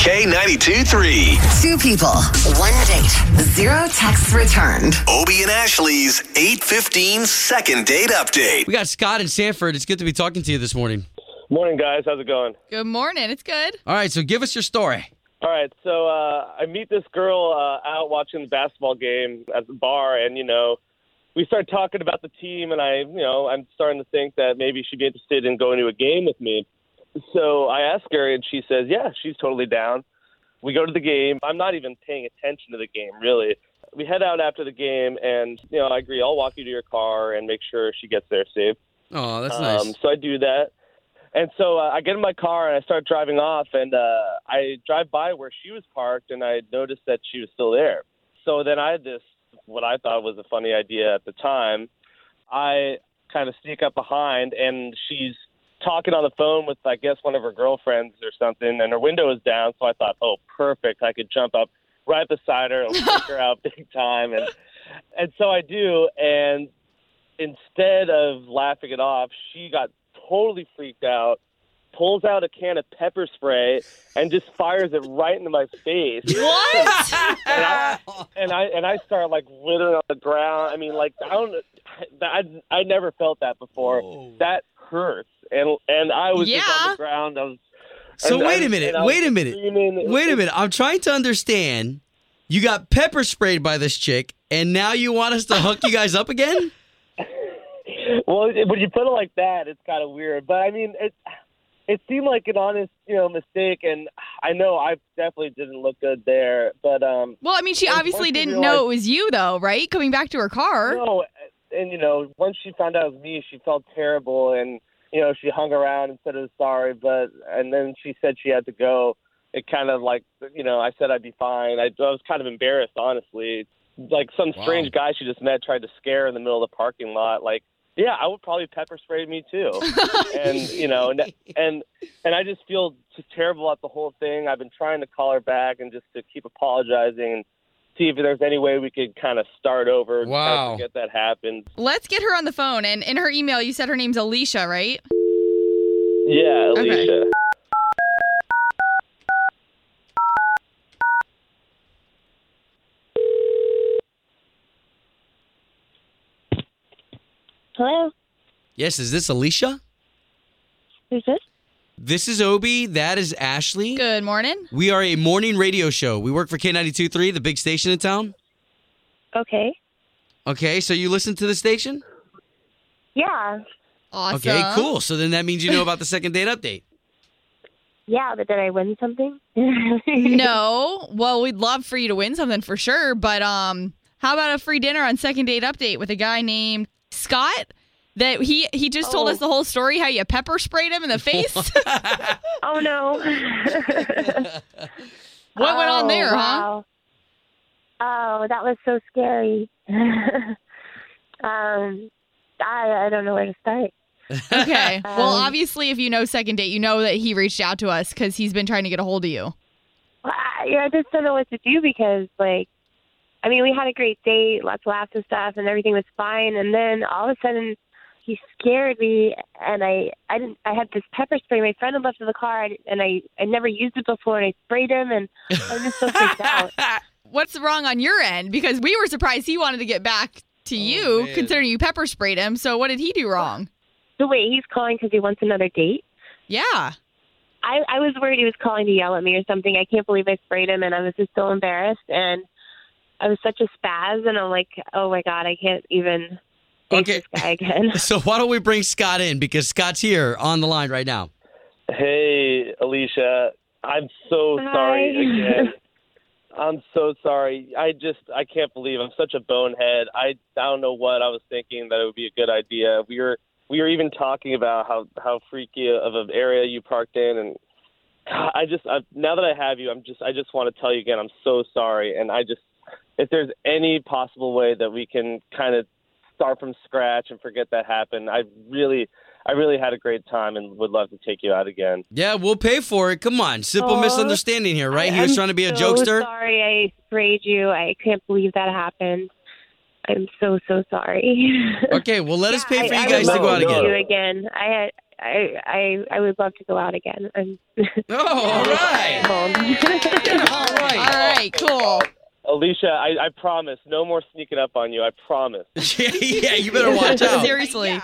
K92 3. Two people, one date, zero texts returned. Obie and Ashley's 815 second date update. We got Scott in Sanford. It's good to be talking to you this morning. Morning, guys. How's it going? Good morning. It's good. All right, so give us your story. All right. So uh, I meet this girl uh, out watching the basketball game at the bar, and you know, we start talking about the team, and I, you know, I'm starting to think that maybe she'd be interested in going to a game with me. So I ask her, and she says, "Yeah, she's totally down." We go to the game. I'm not even paying attention to the game, really. We head out after the game, and you know, I agree. I'll walk you to your car and make sure she gets there safe. Oh, that's Um, so I do that. And so uh, I get in my car and I start driving off, and uh, I drive by where she was parked, and I noticed that she was still there. So then I had this, what I thought was a funny idea at the time. I kind of sneak up behind, and she's talking on the phone with, I guess, one of her girlfriends or something, and her window is down. So I thought, oh, perfect. I could jump up right beside her and freak her out big time. And, and so I do, and instead of laughing it off, she got totally freaked out, pulls out a can of pepper spray, and just fires it right into my face. What? And I and I, and I start like withering on the ground. I mean, like I don't, I I never felt that before. Oh. That hurts, and and I was just on Yeah. the ground. I was. So and I wait a was- minute, and I was wait a minute, screaming. It wait a was- minute. I'm trying to understand. You got pepper sprayed by this chick, and now you want us to hook you guys up again? Well, it- when you put it like that, it's kind of weird. But I mean, it it seemed like an honest, you know, mistake, and I know I definitely didn't look good there. But um, well, I mean, she And obviously once you didn't realize- know it was you, though, right? Coming back to her car. no, and you know, once she found out it was me, she felt terrible, and you know, she hung around and said it was sorry, but and then she said she had to go. It kind of like, you know, I said I'd be fine. I, I was kind of embarrassed, honestly. Like some Wow. strange guy she just met tried to scare in the middle of the parking lot. Like, yeah, I would probably pepper spray me too. and you know, and and and I just feel just terrible at the whole thing. I've been trying to call her back and just to keep apologizing and see if there's any way we could kind of start over. and kinda Wow. forget that happened. Let's get her on the phone. And in her email, you said her name's Alicia, right? Yeah, Okay. Alicia. Hello, Yes, is this Alicia? who's this? This is Obi. That is Ashley. Good morning. We are a morning radio show. We work for K92.3, the big station in town. Okay. Okay, so you listen to the station? Yeah, Awesome. Okay, cool. So then that means you know about the second date update. yeah, but did I win something? No, well, we'd love for you to win something for sure, but um, how about a free dinner on second date update with a guy named Scott? That he he just told Oh. us the whole story how you pepper sprayed him in the face. what Oh no. went on there, huh? huh? Oh, that was so scary. um, I I don't know where to start. Okay. well, Um, obviously, if you know second date, you know that he reached out to us because he's been trying to get a hold of you. Well, I, yeah, I just don't know what to do because, like, I mean, we had a great date, lots of laughs and stuff, and everything was fine. And then all of a sudden, he scared me, and I, I didn't, I had this pepper spray my friend had left in the car, and, and I, I never used it before, and I sprayed him, and I was just so freaked out. What's wrong on your end? Because we were surprised he wanted to get back to you, Oh, man. considering you pepper sprayed him. So what did he do wrong? So wait, he's calling because he wants another date. Yeah. I, I was worried he was calling to yell at me or something. I can't believe I sprayed him, and I was just so embarrassed, and I was such a spaz, and I'm like, oh my god, I can't even face Okay. this guy again. So why don't we bring Scott in because Scott's here on the line right now. Hey, Alicia. I'm so Hi. sorry again. I'm so sorry. I just I can't believe I'm such a bonehead. I, I don't know what I was thinking that it would be a good idea. We were we were even talking about how how freaky of an area you parked in and I just I, now that I have you, I'm just I just want to tell you again I'm so sorry and I just if there's any possible way that we can kind of start from scratch and forget that happened, I really I really had a great time and would love to take you out again. Yeah, we'll pay for it. Come on. Simple Aw. misunderstanding here, right? he I'm was trying to be a so jokester. Sorry, I sprayed you. I can't believe that happened. I'm so so sorry. Okay, well let us Yeah, pay for I- you I guys would to go love out No, see again. You again. I had I I I would love to go out again. I'm Oh, all right. home. All right. All right, cool. Alicia, I, I promise, no more sneaking up on you. I promise. yeah, you better watch out. Seriously.